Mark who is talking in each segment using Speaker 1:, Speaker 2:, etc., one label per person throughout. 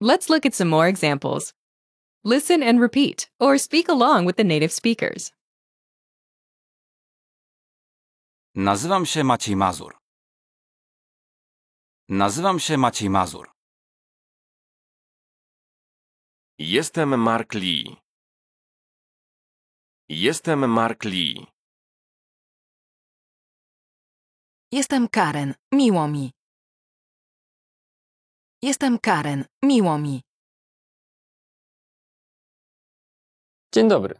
Speaker 1: Let's look at some more examples. Listen and repeat, or speak along with the native speakers.
Speaker 2: Nazywam się Maciej Mazur. Nazywam się Maciej Mazur.
Speaker 3: Jestem Mark Lee. Jestem Mark Lee.
Speaker 4: Jestem Karen, miło mi. Jestem Karen, miło mi.
Speaker 5: Dzień dobry.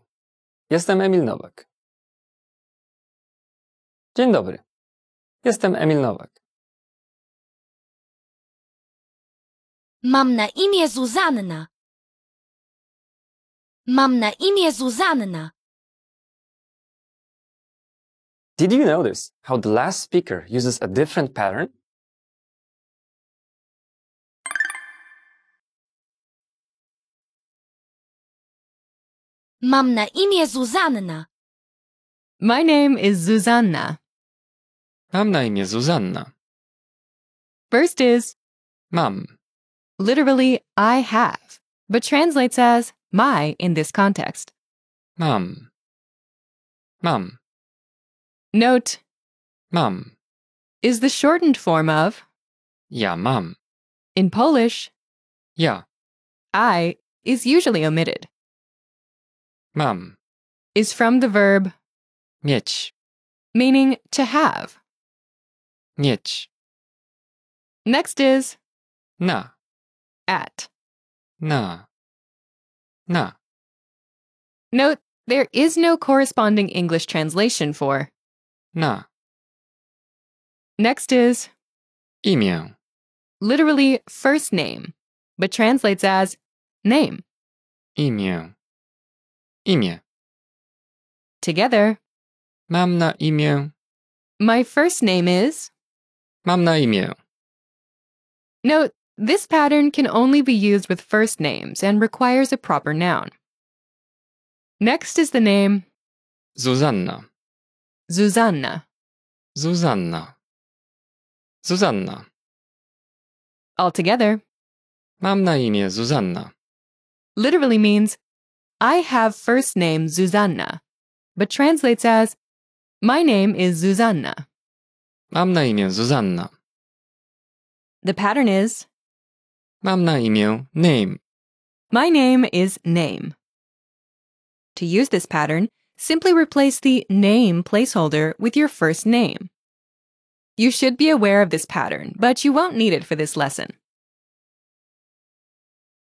Speaker 5: Jestem Emil Nowak. Dzień dobry. Jestem Emil Nowak.
Speaker 6: Mam na imię Zuzanna. Mam na imię Zuzanna.
Speaker 5: Did you notice how the last speaker uses a different pattern?
Speaker 6: Mam na imię Zuzanna.
Speaker 1: My name is Zuzanna.
Speaker 5: Mam na imię Zuzanna.
Speaker 1: First is
Speaker 5: Mam.
Speaker 1: literally I have, but translates as my in this context.
Speaker 5: Mam. Mam.
Speaker 1: Note
Speaker 5: Mam.
Speaker 1: is the shortened form of,
Speaker 5: Ja mam.
Speaker 1: in Polish,
Speaker 5: Ja
Speaker 1: I is usually omitted,
Speaker 5: mam.
Speaker 1: is from the verb
Speaker 5: Mieć.
Speaker 1: meaning to have.
Speaker 5: Mieć.
Speaker 1: Next is
Speaker 5: Na.
Speaker 1: at.
Speaker 5: Na. Na.
Speaker 1: Note there is no corresponding English translation for.
Speaker 5: Na.
Speaker 1: Next is
Speaker 5: Imię.
Speaker 1: literally first name, but translates as name.
Speaker 5: Imię. Imię.
Speaker 1: Together,
Speaker 5: Mam na imię.
Speaker 1: my first name is.
Speaker 5: Mam na imię.
Speaker 1: Note this pattern can only be used with first names and requires a proper noun. Next is the name
Speaker 5: Zuzanna.
Speaker 1: Zuzanna.
Speaker 5: Zuzanna. Zuzanna.
Speaker 1: Altogether,
Speaker 5: Mam na imię Zuzanna.
Speaker 1: literally means I have first name Zuzanna, but translates as my name is Zuzanna.
Speaker 5: Mam na imię Zuzanna.
Speaker 1: The pattern is
Speaker 5: Mam na imię Name.
Speaker 1: My name is name. To use this pattern, simply replace the name placeholder with your first name. You should be aware of this pattern, but you won't need it for this lesson.